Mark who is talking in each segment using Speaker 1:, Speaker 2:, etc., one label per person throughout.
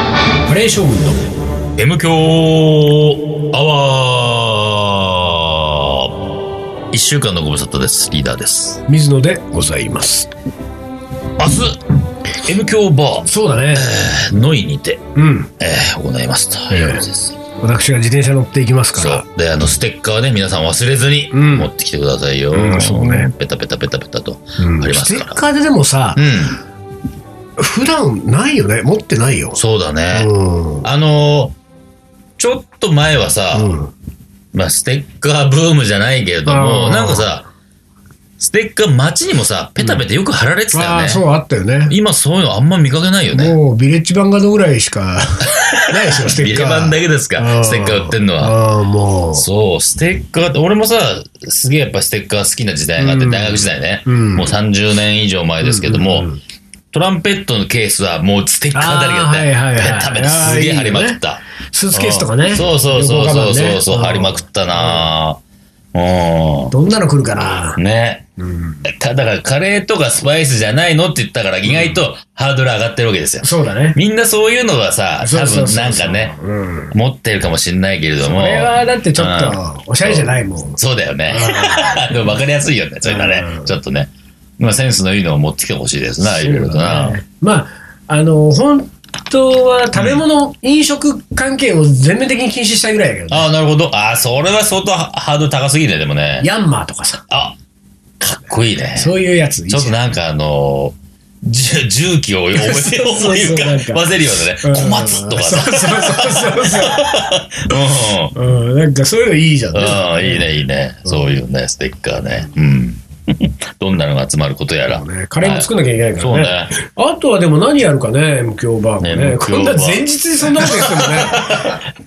Speaker 1: ー将軍の
Speaker 2: M 強アワー一週間のご無沙汰です。リーダーです。
Speaker 1: 水野でございます
Speaker 2: 明日、M 強バ
Speaker 1: そうだね
Speaker 2: ー、ノイにて、
Speaker 1: うん
Speaker 2: えー、行いますということです。
Speaker 1: 私が自転車乗っていきますか
Speaker 2: そ
Speaker 1: ら
Speaker 2: う。で、あの、ステッカーね、皆さん忘れずに
Speaker 1: うん
Speaker 2: 持ってきてくださいよ。
Speaker 1: うんそうね
Speaker 2: ペタペタペタペタと。
Speaker 1: うん
Speaker 2: ありま
Speaker 1: ス
Speaker 2: す
Speaker 1: テ
Speaker 2: か
Speaker 1: ッ
Speaker 2: ら
Speaker 1: カーででもさ
Speaker 2: う、ん。
Speaker 1: 普段ないよね持ってないよ
Speaker 2: そうだね。
Speaker 1: うん
Speaker 2: あのーちょっと前はさ、
Speaker 1: うん
Speaker 2: まあ、ステッカーブームじゃないけれど
Speaker 1: あ
Speaker 2: も、
Speaker 1: ー
Speaker 2: なんかさ、ステッカー街にもさ、ペタペタよく貼られてたよ
Speaker 1: あ
Speaker 2: ね。
Speaker 1: あそうあったよね
Speaker 2: 今そういうのあんま見かけないよね。
Speaker 1: もうビレッジヴァンガードぐらいし かないですよステ
Speaker 2: ビ
Speaker 1: ッ
Speaker 2: レ
Speaker 1: カー
Speaker 2: バンだけです
Speaker 1: う
Speaker 2: か、
Speaker 1: ん
Speaker 2: ステッカー売ってんのは。
Speaker 1: ああもう
Speaker 2: そう、ステッカーって、俺もさ、すげえやっぱステッカー好きな時代があって、
Speaker 1: うん
Speaker 2: 大学時代ね、
Speaker 1: うん
Speaker 2: もう30年以上前ですけども、
Speaker 1: うんうんうん
Speaker 2: トランペットのケースはもうステッカーだらけだったよ。
Speaker 1: あーはいはいはい
Speaker 2: ペタペタすげえ貼りまくった。
Speaker 1: スーツケースとかね
Speaker 2: うんそうそうそうそうそうそう、貼りまく
Speaker 1: た
Speaker 2: ったなぁ。
Speaker 1: どんなの来るかな
Speaker 2: う、ん。ね。
Speaker 1: うん、
Speaker 2: ただからカレーとかスパイスじゃないのって言ったから意外とハードル上がってるわけですよ。
Speaker 1: そうだね
Speaker 2: みんなそういうのはさ、多
Speaker 1: そうそ
Speaker 2: 分
Speaker 1: うそう
Speaker 2: なんかね、
Speaker 1: うん、
Speaker 2: 持ってるかもしれないけれども
Speaker 1: こ。れはだってちょっとおしゃれじゃないもん
Speaker 2: そうだよね。 でも分かりやすいよね。それがね
Speaker 1: う、ん
Speaker 2: ちょっとね。まあセンスのいいのを持ってきてほしいですな、いろいろと
Speaker 1: そう
Speaker 2: な
Speaker 1: だ。ねまああの本当は食べ物、飲食関係を全面的に禁止したいぐらいだけどね、
Speaker 2: ああ、なるほど。ああ、それは相当ハードル高すぎね、でもね。
Speaker 1: ヤンマーとかさ
Speaker 2: あ、かっこいいね。ち
Speaker 1: そういうやつ
Speaker 2: ょっとなんかあのー、じ重機を思い
Speaker 1: そうそうそう
Speaker 2: 思い浮
Speaker 1: なんか
Speaker 2: かばせるようなね、小松とか
Speaker 1: さそ
Speaker 2: さ。
Speaker 1: うそうそうそう
Speaker 2: うん
Speaker 1: そう、うん、なんかそういうのいいじゃんね
Speaker 2: うん、いいね、いいね。そういうね、ステッカーね。うん。 どんなのが集まることやら。
Speaker 1: ねカレーも作んなきゃいけないか
Speaker 2: そう
Speaker 1: らね、
Speaker 2: ね。
Speaker 1: あとはでも何やるかね M 強バーも
Speaker 2: ね
Speaker 1: ね
Speaker 2: M 響
Speaker 1: こんな前日にそんなこと言ってもね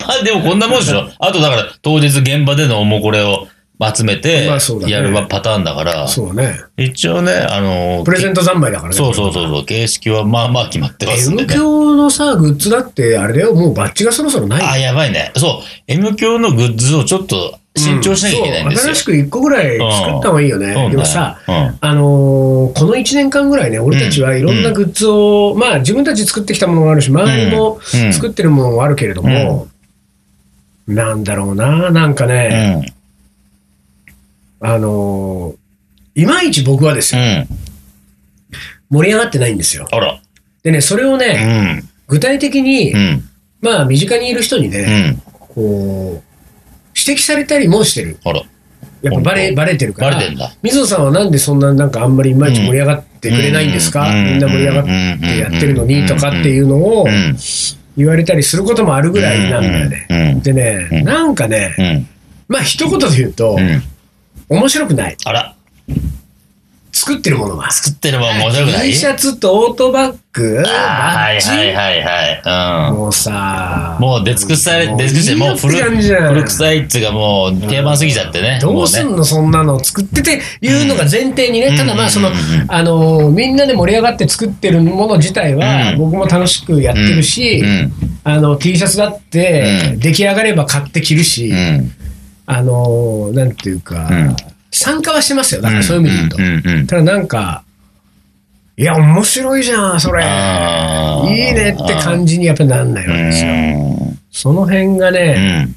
Speaker 2: まあでもこんなもんで しょ。あとだから当日現場でのおもこれを集めて
Speaker 1: まあそうだね
Speaker 2: やるパターンだから、
Speaker 1: そうね
Speaker 2: 一応ね、あの、
Speaker 1: プレゼント三昧だからね
Speaker 2: そうそうそうそう、形式はまあまあ決まってますんで
Speaker 1: M
Speaker 2: ね。
Speaker 1: 響のさグッズだってあれだよもうバッジがそろそろないよ
Speaker 2: あ、やばいね。そう、M 響のグッズをちょっと新調しなきゃいけないんです
Speaker 1: そう
Speaker 2: よ。
Speaker 1: 新しく1個ぐらい作った方がいいよね。
Speaker 2: そうね
Speaker 1: でもさ、
Speaker 2: うん
Speaker 1: あのーこの1年間ぐらいね、俺たちはいろんなグッズを、まあ自分たち作ってきたものがあるし、周りも
Speaker 2: うん
Speaker 1: 作ってるものはあるけれども、なんだろうな、なんか
Speaker 2: う
Speaker 1: ね、
Speaker 2: ん。うん。
Speaker 1: あのーいまいち僕はですよ、盛り上がってないんですよ。
Speaker 2: あら。
Speaker 1: でね、それを
Speaker 2: う
Speaker 1: ね、
Speaker 2: ん。
Speaker 1: 具体的に、
Speaker 2: うん。
Speaker 1: まあ身近にいる人に
Speaker 2: う
Speaker 1: ね、
Speaker 2: ん。
Speaker 1: こう、指摘されたりもしてる。
Speaker 2: あら。
Speaker 1: やっぱバレ
Speaker 2: 本当
Speaker 1: バレてるから。
Speaker 2: バレてんだ
Speaker 1: 水野さんはなんでそんななんかあんまりいまいち盛り上がってくれないんですか、
Speaker 2: う
Speaker 1: みんな盛り上がってやってるのにとかっていうのを
Speaker 2: うん
Speaker 1: 言われたりすることもあるぐらいなんだよね。
Speaker 2: うんうん
Speaker 1: でね、なんかね、
Speaker 2: うん。
Speaker 1: まあ一言で言うと、
Speaker 2: うん。
Speaker 1: 面白くない。
Speaker 2: あら。
Speaker 1: 作ってるものが。
Speaker 2: 作ってれば面白くない
Speaker 1: T シャツとオートバッグ、
Speaker 2: あー
Speaker 1: バッジ、
Speaker 2: はいはいはいはい。うん。
Speaker 1: もうさ、
Speaker 2: もう出尽くされ、
Speaker 1: もう
Speaker 2: 出尽くして、もう古
Speaker 1: いいやつやんじゃん
Speaker 2: 古臭いっつうかもう定番すぎちゃってね。
Speaker 1: どうすん
Speaker 2: も
Speaker 1: の、そんなの作ってていうのが前提にね、
Speaker 2: うん
Speaker 1: ただまあその、
Speaker 2: うんうんうん
Speaker 1: あのーみんなで盛り上がって作ってるもの自体は、
Speaker 2: うん
Speaker 1: 僕も楽しくやってるし、
Speaker 2: うね
Speaker 1: あの T シャツだって、
Speaker 2: うん
Speaker 1: 出来上がれば買って着るし、
Speaker 2: うん。うん。
Speaker 1: あのーなんていうか、
Speaker 2: うん
Speaker 1: 参加はしてますよだか
Speaker 2: ん
Speaker 1: らそういう意味で言うと、
Speaker 2: うんうんうん。
Speaker 1: ただなんかいや面白いじゃんそれいい
Speaker 2: あー
Speaker 1: ねって感じにやっぱなんないわけですよ、その辺が
Speaker 2: う
Speaker 1: ね、
Speaker 2: ん。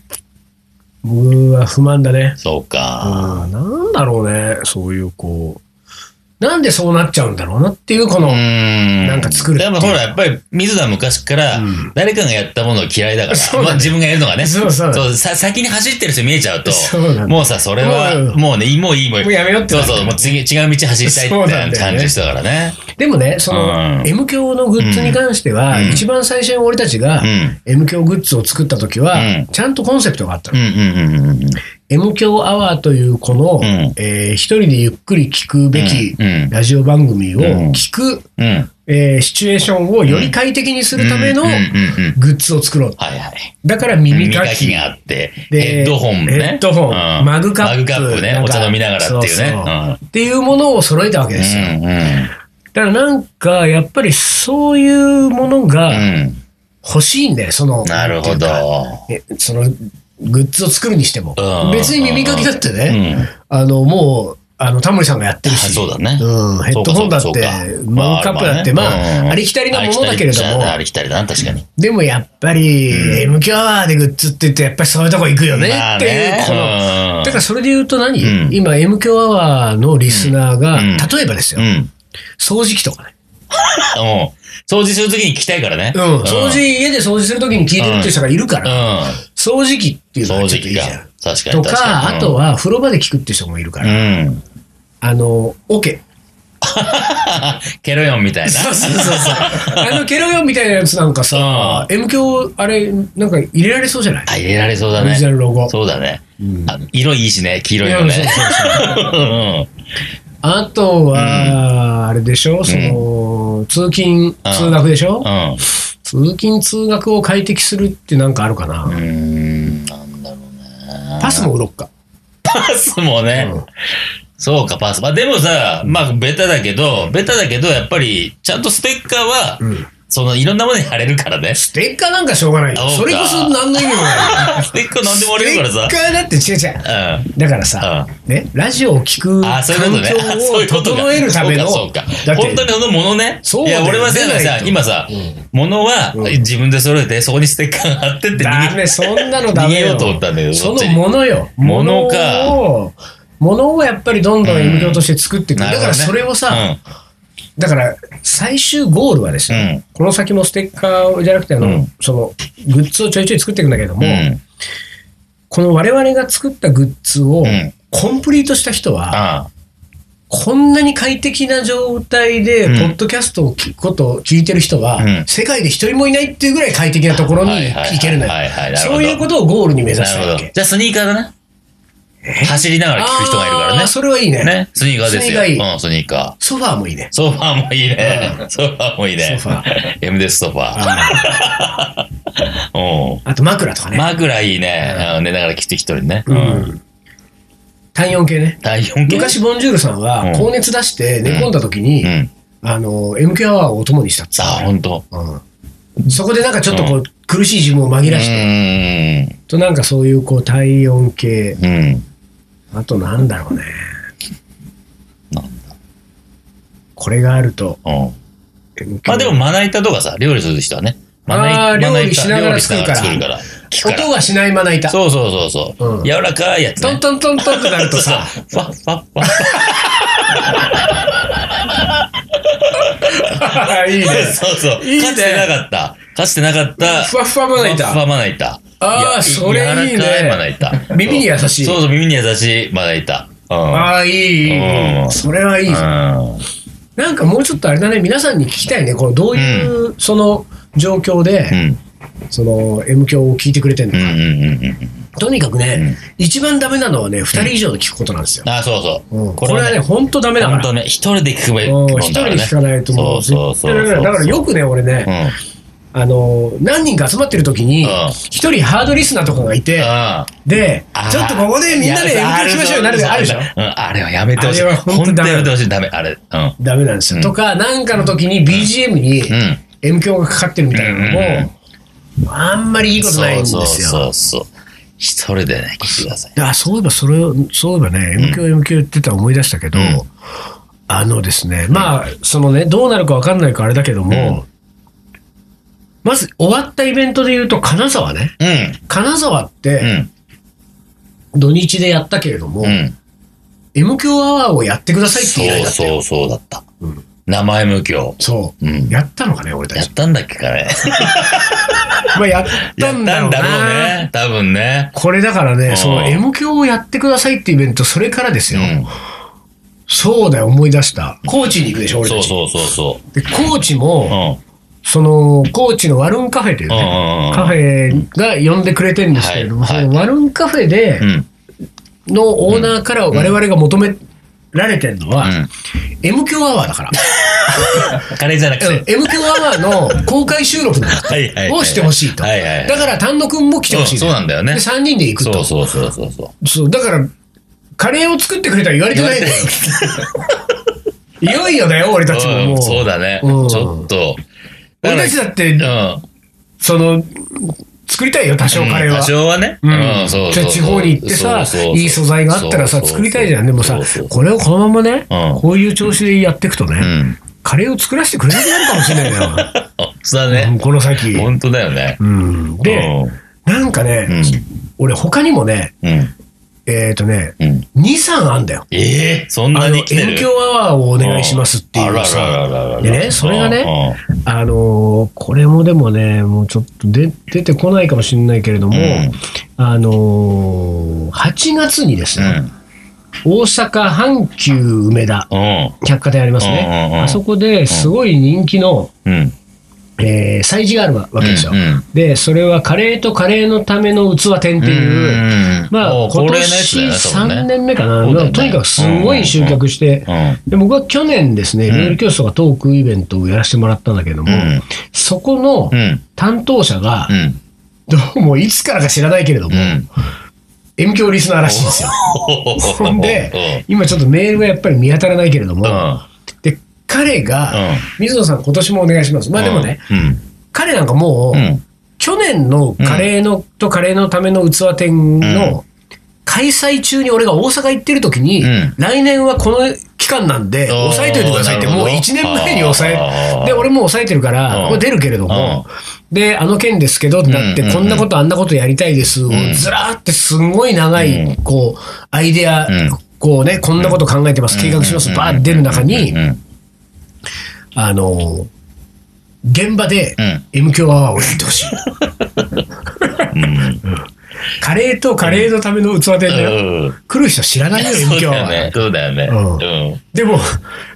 Speaker 1: 僕は不満だね
Speaker 2: そうか。
Speaker 1: あーなんだろうね、そういうこう、なんでそうなっちゃうんだろうなっていう、この、
Speaker 2: うん。
Speaker 1: なんか作るってい
Speaker 2: で
Speaker 1: う
Speaker 2: もほら、やっぱり、水田は昔から
Speaker 1: うん、
Speaker 2: 誰かがやったものを嫌いだか
Speaker 1: そうだね
Speaker 2: ら、まあ自分がやるのがね、
Speaker 1: そうそう
Speaker 2: さ先に走ってる人見えちゃうと
Speaker 1: そうな、んだ
Speaker 2: もうさ、それは
Speaker 1: も、う
Speaker 2: もうね、もういい、もういい
Speaker 1: もう。やめようって
Speaker 2: そ
Speaker 1: な
Speaker 2: う
Speaker 1: る
Speaker 2: そう、もう次、違う道走りたい
Speaker 1: そうなんだよ
Speaker 2: って
Speaker 1: ね
Speaker 2: 感じしたからね。
Speaker 1: でもね、その、
Speaker 2: うん
Speaker 1: M 教のグッズに関しては、
Speaker 2: うん
Speaker 1: 一番最初に俺たちが、
Speaker 2: うん
Speaker 1: M 教グッズを作った時は、
Speaker 2: うん
Speaker 1: ちゃんとコンセプトがあった
Speaker 2: う
Speaker 1: の。
Speaker 2: んうんうんうん。
Speaker 1: M 教アワーという、この、
Speaker 2: ん
Speaker 1: えー一人でゆっくり聞くべき
Speaker 2: うんうん
Speaker 1: ラジオ番組を
Speaker 2: うん
Speaker 1: 聞く、
Speaker 2: うん。
Speaker 1: えーシチュエーションをより快適にするための
Speaker 2: うんうんうんうん
Speaker 1: グッズを作ろう。
Speaker 2: はいはい。
Speaker 1: だから耳
Speaker 2: 耳
Speaker 1: か
Speaker 2: か
Speaker 1: き
Speaker 2: きがあって、
Speaker 1: で
Speaker 2: ヘッドホンね。
Speaker 1: ヘッドホン
Speaker 2: うん
Speaker 1: マグカップ
Speaker 2: マグカップね
Speaker 1: な。ん
Speaker 2: お
Speaker 1: か
Speaker 2: 茶飲みながらっていうね。
Speaker 1: そうそうっていうものを揃えたわけですよ。
Speaker 2: うん。う
Speaker 1: だからなんか、やっぱりそういうものが
Speaker 2: ん。
Speaker 1: 欲しいんだよ、その。
Speaker 2: うん。なるほど。
Speaker 1: え。その、グッズを作るにしても
Speaker 2: うん。
Speaker 1: 別に耳かきだって
Speaker 2: う
Speaker 1: ね、
Speaker 2: ん。
Speaker 1: あの、もう、あの、タモリさんがやってるし。
Speaker 2: そうだね
Speaker 1: うん。ヘッドホンだって
Speaker 2: そうかそう、か
Speaker 1: マグカップだって、まあ、ありきたりなものだけれども、
Speaker 2: ありきたりだな、確かに。
Speaker 1: でもやっぱり、M キャーでグッズって言って、やっぱりそういうとこ行くよね
Speaker 2: まあ
Speaker 1: っていう、
Speaker 2: ね
Speaker 1: こ
Speaker 2: う
Speaker 1: の、
Speaker 2: ん
Speaker 1: だからそれで言うと何、
Speaker 2: うん
Speaker 1: 今 M キャアワーのリスナーが、
Speaker 2: うん
Speaker 1: 例えばです
Speaker 2: う
Speaker 1: よ、
Speaker 2: ん。
Speaker 1: 掃除機とかね。
Speaker 2: うん。掃除するときに聞きたいからね。
Speaker 1: うん。掃除、家で掃除するときに聞いてるっていう人がいるか
Speaker 2: う
Speaker 1: ら、
Speaker 2: ん。
Speaker 1: 掃除機っていうの
Speaker 2: 掃
Speaker 1: はちょ
Speaker 2: 除
Speaker 1: っとい
Speaker 2: 機
Speaker 1: いじ
Speaker 2: が
Speaker 1: ゃん。。
Speaker 2: 確か
Speaker 1: と
Speaker 2: に。確か
Speaker 1: か、
Speaker 2: に
Speaker 1: あと、は風呂場で聞くっていう人もいるか
Speaker 2: う
Speaker 1: ら、
Speaker 2: ん。
Speaker 1: あの、オ、ケ。
Speaker 2: ケロヨンみたいな。
Speaker 1: そうそうそうそう。あのケロヨンみたいなやつなんかさ、M 響、あれ、なんか入れられそうじゃない
Speaker 2: あ、入れられそうだ
Speaker 1: オリジナル
Speaker 2: ね。
Speaker 1: ロゴ。
Speaker 2: そうだね
Speaker 1: ん。
Speaker 2: あ色いいしね、黄色いの
Speaker 1: いや
Speaker 2: ね。
Speaker 1: そうそうそう
Speaker 2: うん
Speaker 1: あとは、あれでしょ、その、通勤、通学でしょ、
Speaker 2: うん。
Speaker 1: 通勤、通学を快適するってなんかあるかな、
Speaker 2: うーん、なんだろうね。
Speaker 1: パスも売ろっか。
Speaker 2: パスもね。
Speaker 1: うん
Speaker 2: そうか、パス。まあでもさ、まあベタだけど、ベタだけど、やっぱり、ちゃんとステッカーは、
Speaker 1: ん
Speaker 2: そのいろんなものに貼れるからね。
Speaker 1: ステッカーなんかしょうがないよ
Speaker 2: そうか
Speaker 1: それこそ何の意味もない。
Speaker 2: ステッカーなん でも貼れるからさ
Speaker 1: ステ。ッカーだって違う違う。
Speaker 2: うん。
Speaker 1: だからさ、ね、ラジオを聞く
Speaker 2: あ
Speaker 1: 環
Speaker 2: あ、そういうことね。あそういう
Speaker 1: 境
Speaker 2: こ
Speaker 1: を
Speaker 2: とか
Speaker 1: 整えるための、
Speaker 2: そうか、そう
Speaker 1: だ
Speaker 2: か。
Speaker 1: って
Speaker 2: 本当にそのものね。
Speaker 1: そう
Speaker 2: い
Speaker 1: だよ
Speaker 2: や、俺はさ、
Speaker 1: 出ない
Speaker 2: さ
Speaker 1: と
Speaker 2: 今さ、ものは
Speaker 1: うん
Speaker 2: 自分で揃えて、そこにステッカー貼ってって逃
Speaker 1: ダ
Speaker 2: げ
Speaker 1: メ、そんなのダメ
Speaker 2: 逃げようと思ったんだけど
Speaker 1: そ
Speaker 2: どっち
Speaker 1: の
Speaker 2: に
Speaker 1: ものよ。
Speaker 2: ものか
Speaker 1: ものを、ものをやっぱりどんどん M 響として作っていく。
Speaker 2: な
Speaker 1: だ
Speaker 2: るほ
Speaker 1: から
Speaker 2: どね
Speaker 1: それをさ、だから最終ゴールはです
Speaker 2: う
Speaker 1: ね
Speaker 2: ん、
Speaker 1: この先もステッカーじゃなくて、あ
Speaker 2: う
Speaker 1: の
Speaker 2: ん、
Speaker 1: その、グッズをちょいちょい作っていくんだけども
Speaker 2: うん。う、ん。
Speaker 1: この我々が作ったグッズを
Speaker 2: うん
Speaker 1: コンプリートした人は、
Speaker 2: ああ。
Speaker 1: こんなに快適な状態で、
Speaker 2: うん
Speaker 1: ポッドキャストを聞くことを聞いてる人は
Speaker 2: うん、
Speaker 1: 世界で一人もいないっていうぐらい快適なところに
Speaker 2: はいはいはい
Speaker 1: 行けるのよ
Speaker 2: はいはい。なるほ
Speaker 1: そ
Speaker 2: ど
Speaker 1: ういうことをゴールに目指し
Speaker 2: な
Speaker 1: て
Speaker 2: る
Speaker 1: る
Speaker 2: ほ
Speaker 1: わ
Speaker 2: ど。
Speaker 1: け。
Speaker 2: じゃあスニーカーだな。走りながら聞く人がいるから
Speaker 1: あ
Speaker 2: ね
Speaker 1: ー。それはいいね。
Speaker 2: ね。スニーカーですよ。
Speaker 1: スニーカーいい
Speaker 2: うん、スニーカー。
Speaker 1: ソファーもいいね。
Speaker 2: ソファーもいいね。ソファーもいいね。
Speaker 1: ソファ
Speaker 2: ー。M です、ソファー。
Speaker 1: あと枕とか
Speaker 2: うん。
Speaker 1: ね。
Speaker 2: 枕いいね。うん寝ながら着てきとるね。
Speaker 1: う。ん。体温計ね。
Speaker 2: 体温計。
Speaker 1: 昔、ボンジュールさん
Speaker 2: う
Speaker 1: は
Speaker 2: ん
Speaker 1: 高熱出して寝込んだ時に
Speaker 2: う、ん。
Speaker 1: あの、MQ アワーをお供にしたっつって
Speaker 2: あ、ほんと。
Speaker 1: うんそこでなんかちょっとこう、苦しい自分を紛
Speaker 2: う
Speaker 1: らして、
Speaker 2: ん。
Speaker 1: となんかそういうこう、体温計、
Speaker 2: うん。
Speaker 1: あとなんだろうね。
Speaker 2: なん
Speaker 1: これがあると、
Speaker 2: うん。
Speaker 1: MQ
Speaker 2: まあでも、まな板とかさ、料理する人はね。ま
Speaker 1: あ
Speaker 2: な
Speaker 1: ー
Speaker 2: 板、まな
Speaker 1: 料理し
Speaker 2: 板、
Speaker 1: なが
Speaker 2: 料
Speaker 1: ら
Speaker 2: 理し
Speaker 1: 作
Speaker 2: な
Speaker 1: る
Speaker 2: が
Speaker 1: から
Speaker 2: ら作るから。聞くから
Speaker 1: 音がしないまな板。
Speaker 2: そうそうそうそう、
Speaker 1: うん
Speaker 2: 柔らかいやつ、
Speaker 1: トン
Speaker 2: ね。
Speaker 1: トントントンってなるとさ、
Speaker 2: ファッファッファッ。
Speaker 1: いいね。
Speaker 2: そうそう。
Speaker 1: いいね
Speaker 2: かつてなかった。かつてなかった。
Speaker 1: ふわっふわまな板
Speaker 2: ふわっふわまな板。
Speaker 1: あー
Speaker 2: いや
Speaker 1: それいいね
Speaker 2: 柔らかいまな板。
Speaker 1: 耳に優しい
Speaker 2: そうそう、耳に優しいまな板。うん。
Speaker 1: ああ、いい、いい
Speaker 2: うん
Speaker 1: それはいい。
Speaker 2: うん
Speaker 1: なんかもうちょっとあれだね、皆さんに聞きたいね、このどういうその状況で、
Speaker 2: うん。
Speaker 1: その M 響を聞いてくれてるの
Speaker 2: うん
Speaker 1: か、
Speaker 2: うんうんうん。
Speaker 1: とにかくね、一番ダメなのはね、2人以上で聞くことなんですよ。
Speaker 2: あー、そうそう。
Speaker 1: うんこれはね、、本当ダメだか
Speaker 2: 本
Speaker 1: ら。
Speaker 2: 当ね、一人で聞くべき
Speaker 1: うん
Speaker 2: もん
Speaker 1: 一人
Speaker 2: だ
Speaker 1: で
Speaker 2: らね
Speaker 1: 聞かないともう
Speaker 2: そうそうそう
Speaker 1: 絶対ダメだだからよ
Speaker 2: く、
Speaker 1: くね、俺
Speaker 2: う
Speaker 1: ね、
Speaker 2: ん。
Speaker 1: あの、何人か集まってる時に
Speaker 2: うん、
Speaker 1: 一人ハードリスナーとかがいて、
Speaker 2: あー
Speaker 1: で、ちょっとここでみんなで M 響聞きましょうよなるであるじゃん
Speaker 2: うん。あれはやめてほしい。
Speaker 1: あれは本当に
Speaker 2: 本
Speaker 1: ダ
Speaker 2: 当
Speaker 1: メ
Speaker 2: にやめてほしい。ダメ、あれ。うん。
Speaker 1: ダメなんですよ。とか、なんかの時に BGM に
Speaker 2: うん。
Speaker 1: M 響がかかってるみたいなの
Speaker 2: うんうん
Speaker 1: も、あんまりいいことないんですよ。
Speaker 2: そうそうそうそう。一人でね、聞いてください。
Speaker 1: あそういえば、それを、そういえばね、M 響 M 響言ってたら思い出したけど、
Speaker 2: うん
Speaker 1: あのですね、まあ、そのね、どうなるかわかんないからあれだけども、まず終わったイベントで言うと、金沢ね。
Speaker 2: う
Speaker 1: 金沢っ
Speaker 2: ん。
Speaker 1: て、土日でやったけれども、
Speaker 2: うん。うん。
Speaker 1: M 響アワーをやってくださいって依頼
Speaker 2: そ
Speaker 1: だ
Speaker 2: う
Speaker 1: った
Speaker 2: そ
Speaker 1: よ。
Speaker 2: うそうだった
Speaker 1: うん。
Speaker 2: 名前無教。
Speaker 1: そう。
Speaker 2: うん
Speaker 1: やったのかね、俺た
Speaker 2: やっ
Speaker 1: ち。
Speaker 2: たんだっけかね。
Speaker 1: まあ、やったんだろうな。
Speaker 2: ね。多分ね。
Speaker 1: これだからね、
Speaker 2: ん
Speaker 1: その M 響をやってくださいってイベント、それからです
Speaker 2: う
Speaker 1: よ。
Speaker 2: ん。
Speaker 1: そうだよ、思い出した。高知に行くでしょ、俺
Speaker 2: そ
Speaker 1: た
Speaker 2: う
Speaker 1: ち。
Speaker 2: そうそうそ
Speaker 1: で、高知
Speaker 2: う。う
Speaker 1: も、
Speaker 2: ん。
Speaker 1: その、高知のワルンカフェという
Speaker 2: うん
Speaker 1: ね、
Speaker 2: うん
Speaker 1: カフェが呼んでくれてるんですけれども、
Speaker 2: はいはい
Speaker 1: そのワルンカフェで
Speaker 2: うん。うん。
Speaker 1: のオーナーから我々が求められてるのは、M 響アワーだから。
Speaker 2: カレーじゃなく
Speaker 1: うん
Speaker 2: て。
Speaker 1: M 響アワーの公開収録なんだ
Speaker 2: はいはいはい
Speaker 1: をしてほしいと。
Speaker 2: はいはいはい
Speaker 1: だから、丹野くんも来てほしい、
Speaker 2: そうそうなんだよね
Speaker 1: で、3人で行くと。
Speaker 2: そうそうそうそうそう。
Speaker 1: そう、だから、カレーを作ってくれたら言われてないんだよ。 いよいよだよ、俺たちももう。
Speaker 2: うんそうだね。ち
Speaker 1: うん
Speaker 2: ょっと。
Speaker 1: 俺たちだって、
Speaker 2: うん。
Speaker 1: その、作りたいよ、多少カレー
Speaker 2: うん
Speaker 1: は。
Speaker 2: 多少はね。
Speaker 1: うん、
Speaker 2: そう
Speaker 1: じ
Speaker 2: そう
Speaker 1: ゃあ
Speaker 2: そう
Speaker 1: 地方に行ってさ
Speaker 2: そうそうそう
Speaker 1: いい素材があったらさ作りたいじゃんでもさ
Speaker 2: そうそうそう
Speaker 1: これをこのままね、
Speaker 2: うん
Speaker 1: こういう調子でやっていくとね、
Speaker 2: うん。
Speaker 1: カレーを作らせてくれなくなるかもしれないな
Speaker 2: あ、そうだ
Speaker 1: うん
Speaker 2: ね。
Speaker 1: この先、
Speaker 2: 本当だよね。
Speaker 1: うん、で、なんかね、
Speaker 2: うん。
Speaker 1: 俺他にもね
Speaker 2: うん。うん
Speaker 1: えっ、とね
Speaker 2: うん。
Speaker 1: 23あんだよ
Speaker 2: ええそん
Speaker 1: あ
Speaker 2: な
Speaker 1: の
Speaker 2: に来てる
Speaker 1: 遠距アワーをお願いしますっていうさ、
Speaker 2: あららららら
Speaker 1: でねそれがね
Speaker 2: う
Speaker 1: あのーこれもでもね、もうちょっとで出てこないかもしれないけれども、
Speaker 2: うん
Speaker 1: あのー8月にです
Speaker 2: ん。
Speaker 1: ね、大阪阪急梅田
Speaker 2: うん。
Speaker 1: 百貨店ありますね、
Speaker 2: うんうんうん
Speaker 1: あそこですごい人気の、
Speaker 2: うん。うん。
Speaker 1: えー催事があるわけですよ、
Speaker 2: うんうん
Speaker 1: で、それはカレーとカレーのための器店っていう、
Speaker 2: うん
Speaker 1: まあ
Speaker 2: もう
Speaker 1: 今
Speaker 2: 恒例のやつだ
Speaker 1: 年
Speaker 2: よね多分
Speaker 1: 3
Speaker 2: ね
Speaker 1: 年目かな、
Speaker 2: そうだよね
Speaker 1: とにかくすごい集客して、で僕は去年ですね、
Speaker 2: うん
Speaker 1: 料理教室とかトークイベントをやらせてもらったんだけども、
Speaker 2: うん
Speaker 1: そこの
Speaker 2: うん。うん。
Speaker 1: 担当者が、
Speaker 2: うん。
Speaker 1: どうもいつからか知らないけれども、
Speaker 2: うん。
Speaker 1: M 響リスナーらしいんですよ。ほんで、今ちょっとメールがやっぱり見当たらないけれど
Speaker 2: うん、
Speaker 1: も、
Speaker 2: うん。
Speaker 1: で、彼が、
Speaker 2: うん
Speaker 1: 水野さん今年もお願いします。まあでもね、、
Speaker 2: うん。
Speaker 1: 彼なんかもう、
Speaker 2: うん。
Speaker 1: 去年のカレーの、とカレーのための器店
Speaker 2: う
Speaker 1: の開催中に俺が大阪行ってる時に、
Speaker 2: うん
Speaker 1: 来年はこの期間なんで、
Speaker 2: おー
Speaker 1: 抑えといてくださいって、
Speaker 2: なる
Speaker 1: も
Speaker 2: ほ
Speaker 1: う
Speaker 2: ど
Speaker 1: 1年前に抑
Speaker 2: あ
Speaker 1: え、
Speaker 2: ー
Speaker 1: で、俺もう抑えてるか
Speaker 2: う
Speaker 1: ら、
Speaker 2: ん
Speaker 1: これ出るけれども、で、あの件ですけどってなっ
Speaker 2: うんう
Speaker 1: て、
Speaker 2: んうん
Speaker 1: こんなことあんなことやりたいですを
Speaker 2: ん、
Speaker 1: ずらーってすんごい長
Speaker 2: う
Speaker 1: い、こう、アイデア
Speaker 2: うん、
Speaker 1: こうね、こんなこと考えてます、計画します、バーって出る中に
Speaker 2: うん、。
Speaker 1: あのー、現場で
Speaker 2: うん
Speaker 1: M 響アワーをやってほしい。
Speaker 2: うん。
Speaker 1: カレーとカレーのための器店だよ。
Speaker 2: うん
Speaker 1: 来る人知らないよ、
Speaker 2: そ
Speaker 1: M
Speaker 2: う
Speaker 1: 響
Speaker 2: だよ
Speaker 1: は。
Speaker 2: ね。そうだよね。
Speaker 1: うんでも、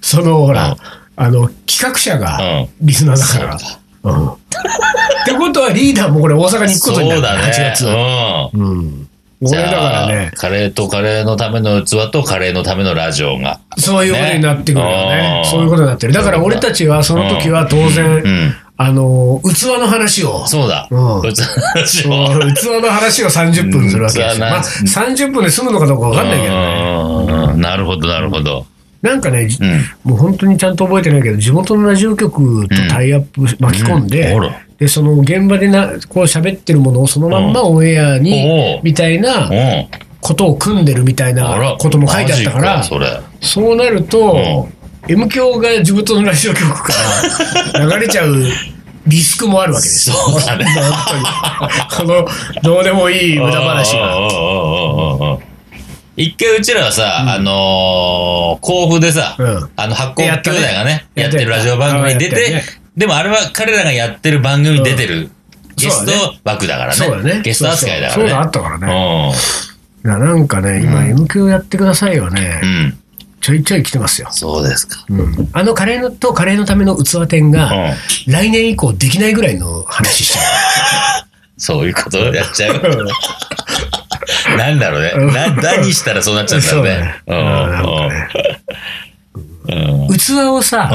Speaker 1: その、ほら、
Speaker 2: うん
Speaker 1: あの、企画者が、
Speaker 2: うん
Speaker 1: リスナーだから。うん。ってことは、リーダーもこれ大阪に行くことにな
Speaker 2: そ
Speaker 1: る
Speaker 2: うだね。
Speaker 1: 8月。
Speaker 2: うん。
Speaker 1: うん。俺
Speaker 2: じ
Speaker 1: だ
Speaker 2: ゃ
Speaker 1: か
Speaker 2: あ
Speaker 1: らね、
Speaker 2: カレーとカレーのための器とカレーのためのラジオが。
Speaker 1: そういうことになってくるよね
Speaker 2: ね。
Speaker 1: そういうことになってる。だから俺たちは、その時は当然、
Speaker 2: うん。
Speaker 1: あの、器の話を。
Speaker 2: そうだ。
Speaker 1: うん
Speaker 2: 器の話を
Speaker 1: そう器の話を30分するわけですよ。
Speaker 2: うん
Speaker 1: まあ、30分で済むのかどうかわかんないけどね。
Speaker 2: うんうんなるほど、なるほど。
Speaker 1: なんかね、
Speaker 2: うん。
Speaker 1: もう本当にちゃんと覚えてないけど、地元のラジオ局とタイアップ、巻き込んで、
Speaker 2: うんあら
Speaker 1: で、その現場でな、こう喋ってるものをそのまんまオンエアに
Speaker 2: お、う
Speaker 1: みたいな
Speaker 2: うん。
Speaker 1: ことを組んでるみたい
Speaker 2: あ
Speaker 1: な
Speaker 2: ら
Speaker 1: ことも書いてあったか
Speaker 2: マ
Speaker 1: ら、
Speaker 2: ジそれ。
Speaker 1: そうなると、M 響が地元のラジオ局から流れちゃうリスクもあるわけですよ。
Speaker 2: そうだね。
Speaker 1: 本当に。この、どうでもいい無駄話が。
Speaker 2: が。一回うちらはさ、あのー、甲府でさ、
Speaker 1: うん
Speaker 2: あの、発光兄弟がね、
Speaker 1: や
Speaker 2: や
Speaker 1: っ
Speaker 2: った
Speaker 1: ね
Speaker 2: てるラジオ番組に出
Speaker 1: やったや
Speaker 2: て
Speaker 1: った、
Speaker 2: でもあれは彼らがやってる番組に出てるゲ
Speaker 1: そう
Speaker 2: ス
Speaker 1: だね
Speaker 2: ト枠だから
Speaker 1: そうだね
Speaker 2: ね。。ゲスト扱いだか
Speaker 1: そうそうそうだ、あ
Speaker 2: ら
Speaker 1: ったからね。
Speaker 2: ね。
Speaker 1: いやなんかね、今
Speaker 2: うん
Speaker 1: M 響やってくださいよね。
Speaker 2: うん。うん。
Speaker 1: ちょいちょい来てますよ。
Speaker 2: そうですか。
Speaker 1: あのカレーのとカレーのための器店が、来年以降できないぐらいの話しちゃ
Speaker 2: そういうことやっちゃう。
Speaker 1: う。
Speaker 2: なんだろうね。な何したらそうなっちゃうんだろうね。うん。うん。うん。
Speaker 1: 器をさ、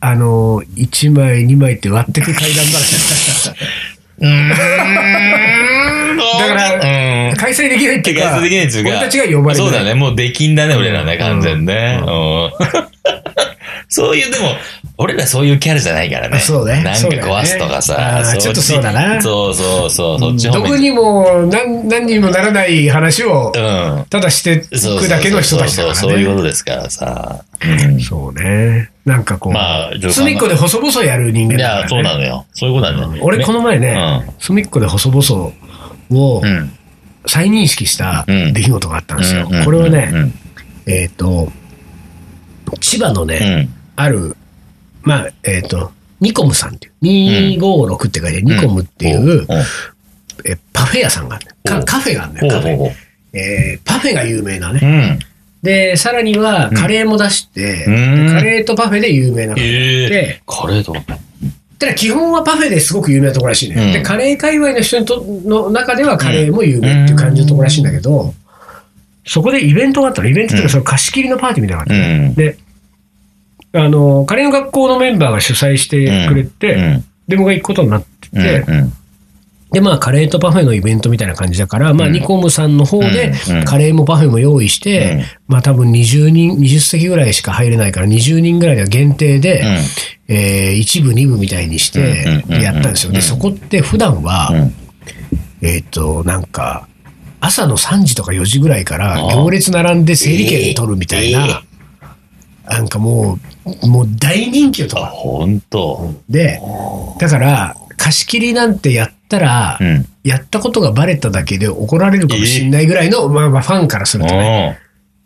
Speaker 1: あの、1枚、2枚って割ってく階段話。だから
Speaker 2: うん
Speaker 1: 開催できないってい
Speaker 2: 手
Speaker 1: うか、
Speaker 2: 数できないっていうか。
Speaker 1: 俺たちが呼ばれて
Speaker 2: そうだ
Speaker 1: ね。
Speaker 2: ね。もう出禁だね、俺らね、完全ね。うん そういう、でも、俺らそういうキャラじゃないからね。
Speaker 1: そうね
Speaker 2: なんか
Speaker 1: そうだよね
Speaker 2: 壊すとか
Speaker 1: あ
Speaker 2: さ
Speaker 1: ー。
Speaker 2: そ
Speaker 1: ちょっとそうだな
Speaker 2: そうそうそう、そっち
Speaker 1: ど
Speaker 2: 方
Speaker 1: こ
Speaker 2: 面に。
Speaker 1: にも何何にもならない話を
Speaker 2: う、ん。
Speaker 1: ただしてい
Speaker 2: そう
Speaker 1: くだけの人たち
Speaker 2: そう
Speaker 1: だか
Speaker 2: そう、そう
Speaker 1: ら
Speaker 2: いう
Speaker 1: ね。
Speaker 2: ことですからさ。うん
Speaker 1: そうね。なんかこ
Speaker 2: まあ
Speaker 1: う、隅っこで細々やる人
Speaker 2: い
Speaker 1: 間だ
Speaker 2: や、
Speaker 1: か
Speaker 2: そう
Speaker 1: ら
Speaker 2: な
Speaker 1: ね。
Speaker 2: のよ。そういうことなんだよ。
Speaker 1: 俺この前
Speaker 2: ね
Speaker 1: ね、隅っこで細々を
Speaker 2: うん。
Speaker 1: 再認識した
Speaker 2: うん
Speaker 1: 出来事があったんですよ
Speaker 2: うん。
Speaker 1: これはね、
Speaker 2: うん
Speaker 1: えっ、と、千葉の
Speaker 2: う
Speaker 1: ね、
Speaker 2: ん。
Speaker 1: ある、まあ、えっ、と、ニコムさんっていう、256って書いて、ニコムっていう、
Speaker 2: んほ
Speaker 1: えパフェ屋さんがある、ね、
Speaker 2: お
Speaker 1: か
Speaker 2: う
Speaker 1: カフェがあるんだ
Speaker 2: う
Speaker 1: よ、カ
Speaker 2: ほう
Speaker 1: フ
Speaker 2: ほう
Speaker 1: ェ。
Speaker 2: ほう。
Speaker 1: えーパフェが有名な
Speaker 2: う
Speaker 1: ね。
Speaker 2: ん。
Speaker 1: で、さらには、カレーも出して、
Speaker 2: うん
Speaker 1: でカレーとパフェで有名な。で、
Speaker 2: ええ
Speaker 1: で。
Speaker 2: カレーとかね。
Speaker 1: 基本はパフェですごく有名なところらしいね。
Speaker 2: うん
Speaker 1: で、カレー界隈の人にとの中ではカレーも有名っていう感じのところらしいんだけど、そこでイベントがあったの。イベントっていうか、その貸し切りのパーティーみたいなのがあって
Speaker 2: うん。
Speaker 1: で、あの、カレーの学校のメンバーが主催してくれて、
Speaker 2: うん
Speaker 1: で、僕が行くことになって
Speaker 2: うん
Speaker 1: て、
Speaker 2: うん
Speaker 1: で、まあ、カレーとパフェのイベントみたいな感じだから、まあ、
Speaker 2: うん
Speaker 1: ニコムさんの方で
Speaker 2: うんうん、
Speaker 1: カレーもパフェも用意して、
Speaker 2: うん
Speaker 1: まあ、多分20人、20席ぐらいしか入れないから、20人ぐらいが限定で、えー、1部、2部みたいにして
Speaker 2: うんうんうんうん
Speaker 1: やったんですよ。
Speaker 2: う
Speaker 1: で、
Speaker 2: ん
Speaker 1: そこって普段は、
Speaker 2: うん
Speaker 1: えっ、と、なんか、朝の3時とか4時ぐらいから
Speaker 2: ああ
Speaker 1: 行列並んで整理券取るみたいな、なんかもう、もう大人気のとか
Speaker 2: あ、ほんと。
Speaker 1: で、だから、貸し切りなんてやったら、
Speaker 2: うん。
Speaker 1: やったことがバレただけで怒られるかもしれないぐらいの、まあまあファンからするとね、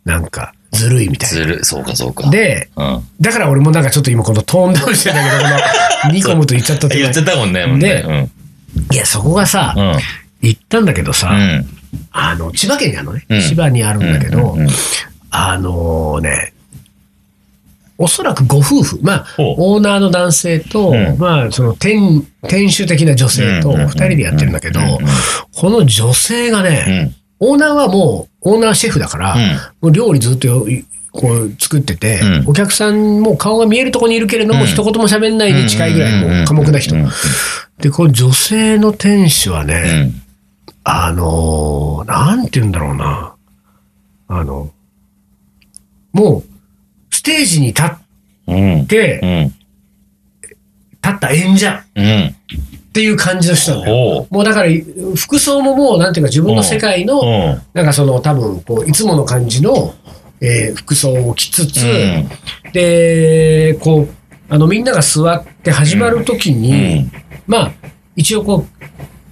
Speaker 2: うん。
Speaker 1: なんかずるいみたい
Speaker 2: ずる、そうかそうか。
Speaker 1: な。、で、
Speaker 2: うん。
Speaker 1: だから俺もなんかちょっと今このトーンダウンしてたけ ど、このニコムと言っちゃったとか
Speaker 2: 言っちゃったもんね、もう
Speaker 1: で
Speaker 2: ね。うん。
Speaker 1: いや、そこがさ、
Speaker 2: うん。
Speaker 1: 行ったんだけどさ、
Speaker 2: うん。
Speaker 1: あの、千葉県にあるのね、
Speaker 2: うん
Speaker 1: 千葉にあるんだけど、
Speaker 2: うんうんうん
Speaker 1: あのね、おそらくご夫婦、まあ、
Speaker 2: ほう
Speaker 1: オーナーの男性と、
Speaker 2: うん
Speaker 1: まあ、その店、店主的な女性と
Speaker 2: うんうんうん
Speaker 1: 二人でやってるんだけど
Speaker 2: うんうんうん、
Speaker 1: この女性が
Speaker 2: う
Speaker 1: ね、
Speaker 2: ん。
Speaker 1: オーナーはもう、オーナーシェフだから、
Speaker 2: うん
Speaker 1: もう料理ずっとよこう作ってて、
Speaker 2: うん
Speaker 1: お客さんも顔が見えるとこにいるけれども、
Speaker 2: うん
Speaker 1: 一言も喋んないに近いぐらい、
Speaker 2: うんうんうん
Speaker 1: もう寡黙な人
Speaker 2: うんうん。
Speaker 1: で、この女性の店主はね、
Speaker 2: うん。
Speaker 1: あのーなんて言うんだろうな。あの、もう、ステージに立っ
Speaker 2: うん。
Speaker 1: て、
Speaker 2: う
Speaker 1: 立
Speaker 2: ん。
Speaker 1: った演者
Speaker 2: うん。
Speaker 1: っていう感じの人なのよ。
Speaker 2: おう。
Speaker 1: もうだから、服装ももう、なんていうか自分の世界の、
Speaker 2: うん。
Speaker 1: なんかその多分、こう、いつもの感じの、えー服装を着つつ、で、こう、あの、みんなが座って始まるとき
Speaker 2: う
Speaker 1: に、
Speaker 2: ん。
Speaker 1: まあ、一応こ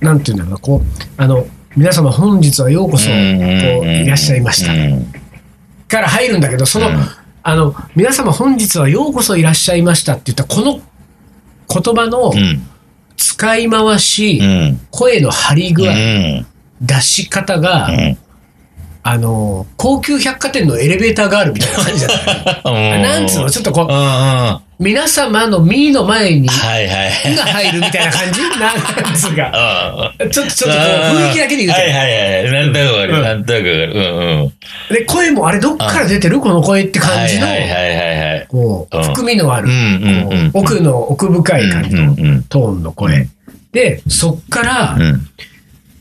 Speaker 1: う、なんていうんだろうな、こう、あの、皆様本日はようこそ、こう、いらっしゃいました。
Speaker 2: うん
Speaker 1: から入るんだけど、その、
Speaker 2: うん
Speaker 1: あの、皆様本日はようこそいらっしゃいましたって言ったこの言葉の
Speaker 2: うん。
Speaker 1: 使い回し、
Speaker 2: うん。
Speaker 1: 声の張り具合、
Speaker 2: うん。
Speaker 1: 出し方が、
Speaker 2: うん
Speaker 1: あの、高級百貨店のエレベーターガールみたいな感じじゃない なんつうのちょっとこ
Speaker 2: うんうん。は
Speaker 1: う、皆様のミーの前に、
Speaker 2: いはい。
Speaker 1: が入るみたいな感 じなんつうか。
Speaker 2: ああ
Speaker 1: ちょっと、ちょっとこう、雰囲気だけで言うと、
Speaker 2: はいはいはい。なんとなくわか
Speaker 1: う
Speaker 2: る。
Speaker 1: ん
Speaker 2: なんとなくわかる。うんうん。
Speaker 1: で、声もあれどっから出てるこの声って感じの、
Speaker 2: はいはいはいはいはい。
Speaker 1: こう、
Speaker 2: うん
Speaker 1: 含みのある、
Speaker 2: うんうんうん
Speaker 1: こう奥の奥深い感じの、
Speaker 2: うんうん
Speaker 1: トーンの声。で、そっから、
Speaker 2: うん。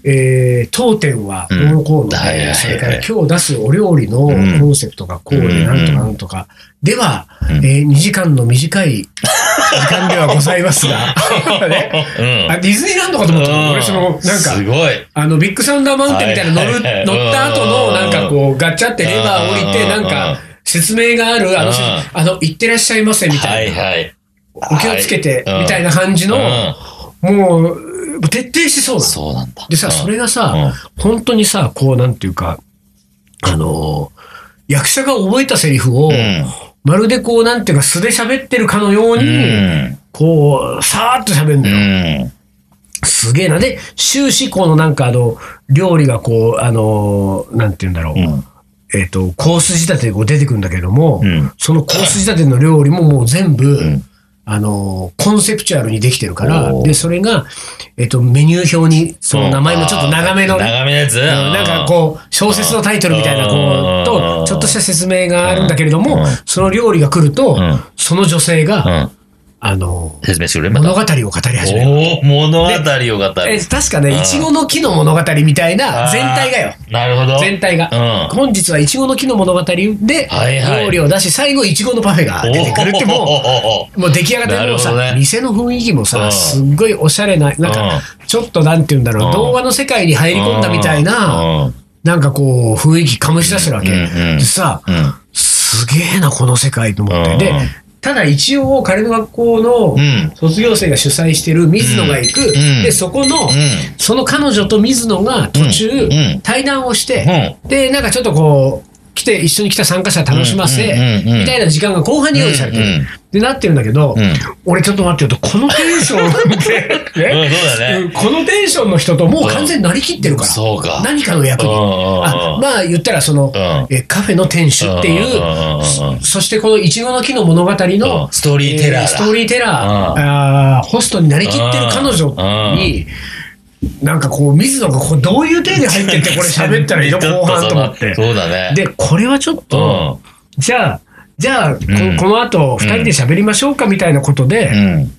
Speaker 1: えー当店はどうのこうので、
Speaker 2: はいはいはい
Speaker 1: それから今日出すお料理の
Speaker 2: ん
Speaker 1: コンセプトがこう
Speaker 2: うん
Speaker 1: で、なんとかなんとか。では、
Speaker 2: うん
Speaker 1: え2時間の短い時間ではございますが、 ね、
Speaker 2: うん。
Speaker 1: あディズニーランドかと思った。俺、その、なん
Speaker 2: す
Speaker 1: か、
Speaker 2: ごい。
Speaker 1: あの、ビッグサンダーマウンテンみたいな乗る、
Speaker 2: はいはいはい
Speaker 1: 乗った後の、
Speaker 2: うん
Speaker 1: なんかこう、ガチャってレバー降りて、
Speaker 2: うん
Speaker 1: なん
Speaker 2: うん
Speaker 1: か、説明がある、あの、
Speaker 2: うん
Speaker 1: あの、行ってらっしゃいませ、み
Speaker 2: は
Speaker 1: た
Speaker 2: い
Speaker 1: いな。
Speaker 2: はい。
Speaker 1: お気をつけて、
Speaker 2: はい
Speaker 1: みたいな感じの、
Speaker 2: うん
Speaker 1: もう、徹底しそうなの。
Speaker 2: そうなんだ。
Speaker 1: でさ、
Speaker 2: うん
Speaker 1: それがさ、本当にさ、こう、なんていうか、あのー役者が覚えたセリフを、
Speaker 2: うん
Speaker 1: まるでこう、なんていうか、素で喋ってるかのよう
Speaker 2: う
Speaker 1: に、
Speaker 2: ん。
Speaker 1: こう、さーっと喋るん
Speaker 2: う
Speaker 1: だよ。
Speaker 2: ん。
Speaker 1: すげえな。で、終始、このなんか、あの、料理がこう、あのーなんていうんだろう。
Speaker 2: うん。
Speaker 1: えっ、と、コース仕立てでこう出てくるんだけども、
Speaker 2: うん
Speaker 1: そのコース仕立ての料理ももう全部、
Speaker 2: ん
Speaker 1: あのー、コンセプチュアルにできてるから、
Speaker 2: おー
Speaker 1: で、それが、えっ、と、メニュー表に、その名前もちょっと長めのね、
Speaker 2: 長めのやつ
Speaker 1: うんなんかこう、小説のタイトルみたいな、こう、
Speaker 2: う
Speaker 1: と、
Speaker 2: ん
Speaker 1: ちょっとした説明があるんだけれど
Speaker 2: う
Speaker 1: も
Speaker 2: ん、
Speaker 1: その料理が来ると
Speaker 2: うん、
Speaker 1: その女性
Speaker 2: う
Speaker 1: が、
Speaker 2: ん。
Speaker 1: あの、
Speaker 2: 説明してくれま
Speaker 1: 物
Speaker 2: た。
Speaker 1: 語を語り始める。
Speaker 2: おお物語を語る。
Speaker 1: え確かね、
Speaker 2: うん
Speaker 1: いちごの木の物語みたいな、全体がよ。
Speaker 2: あー。なるほど。
Speaker 1: 全体が。
Speaker 2: うん。
Speaker 1: 本日はいちごの木の物語で
Speaker 2: はい、はい
Speaker 1: 料理を出し、最後いちごのパフェが出てくるって、
Speaker 2: お
Speaker 1: も
Speaker 2: ー
Speaker 1: う、もう出来上がってるもう
Speaker 2: なるほど
Speaker 1: さ、
Speaker 2: ね
Speaker 1: 店の雰囲気も
Speaker 2: う
Speaker 1: さ、
Speaker 2: ん
Speaker 1: すっごいおしゃれな、なんか、ちょっとなんて言うんだろ
Speaker 2: う
Speaker 1: う、
Speaker 2: ん
Speaker 1: 童話の世界に入り込んだみたいな、
Speaker 2: うん
Speaker 1: なんかこう、雰囲気かむし出してるわけ。
Speaker 2: うんうん
Speaker 1: でさ、
Speaker 2: う
Speaker 1: すげえな、この世界と思って。
Speaker 2: うん
Speaker 1: で、ただ一応、彼の学校
Speaker 2: ん。う
Speaker 1: の
Speaker 2: ん。
Speaker 1: 卒業生が主催してる水野が行く。
Speaker 2: ん
Speaker 1: で、そこの、
Speaker 2: う
Speaker 1: その彼女と水野が途中、
Speaker 2: うんうん
Speaker 1: 対談をして、
Speaker 2: ん。
Speaker 1: で、なんかちょっとこう、来て、一緒に来た参加者楽しませ、
Speaker 2: うんうんうん
Speaker 1: みたいな時間が後半に用意されてる。
Speaker 2: うんうん
Speaker 1: で、なってるんだけど、
Speaker 2: うん
Speaker 1: 俺ちょっと待ってよと、このテンションで、ね
Speaker 2: うんそうだね
Speaker 1: うんこのテンションの人ともう完全になりきってるから、
Speaker 2: そうか。
Speaker 1: 何かの役に。
Speaker 2: うんうん
Speaker 1: あ
Speaker 2: うん
Speaker 1: まあ言ったらその、
Speaker 2: う
Speaker 1: えカフェの店主っていう、
Speaker 2: うんうんうんうん
Speaker 1: そそしてこのいちごの木の物語の、
Speaker 2: うんストーリーテラーだ
Speaker 1: えストーリーテラー、
Speaker 2: うん
Speaker 1: あーホストになりきってる彼女に、なんかこう、水野がこうどういう体で入ってって、これ喋ったら いいの後半と思って。
Speaker 2: そうだね。
Speaker 1: で、これはちょっと、
Speaker 2: う
Speaker 1: じゃあ、じゃあ、こ
Speaker 2: うん
Speaker 1: この後、二人で喋りましょうかみたいなことで、
Speaker 2: ん。うん。